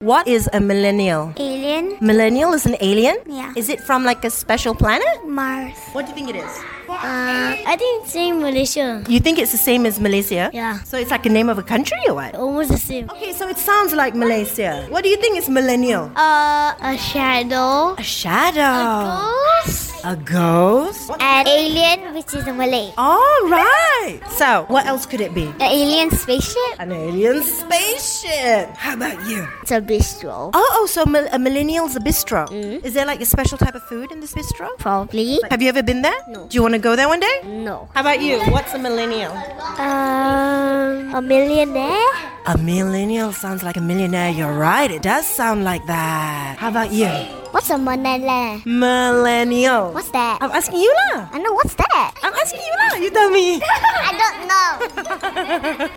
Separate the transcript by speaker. Speaker 1: What is a millennial?
Speaker 2: Alien
Speaker 1: Millennial is an alien?
Speaker 2: Yeah.
Speaker 1: Is it from like a special planet?
Speaker 2: Mars.
Speaker 1: What do you think it is?
Speaker 2: Uh, I think it's in Malaysia.
Speaker 1: You think it's the same as Malaysia?
Speaker 2: Yeah.
Speaker 1: So it's like a name of a country or what?
Speaker 2: Almost the same.
Speaker 1: Okay, so it sounds like Malaysia. What do you think is millennial?
Speaker 2: Uh, a shadow.
Speaker 1: A shadow.
Speaker 2: Ghost.
Speaker 1: A ghost?
Speaker 2: An alien, which is a Malay.
Speaker 1: All right. So, what else could it be?
Speaker 2: An alien spaceship.
Speaker 1: An alien spaceship. How about you?
Speaker 2: It's a bistro.
Speaker 1: Oh, oh, so mil- a millennial's a bistro.
Speaker 2: Mm.
Speaker 1: Is there like a special type of food in this bistro?
Speaker 2: Probably.
Speaker 1: Have you ever been there? No. Do you want to go there one day?
Speaker 2: No.
Speaker 1: How about you? What's a millennial?
Speaker 2: Um, a millionaire.
Speaker 1: A millennial sounds like a millionaire. You're right. It does sound like that. How about you?
Speaker 2: What's a millionaire?
Speaker 1: Millennial.
Speaker 2: What's that?
Speaker 1: I'm asking you lah.
Speaker 2: I know what's that.
Speaker 1: I'm asking you lah. You tell me.
Speaker 2: I don't know.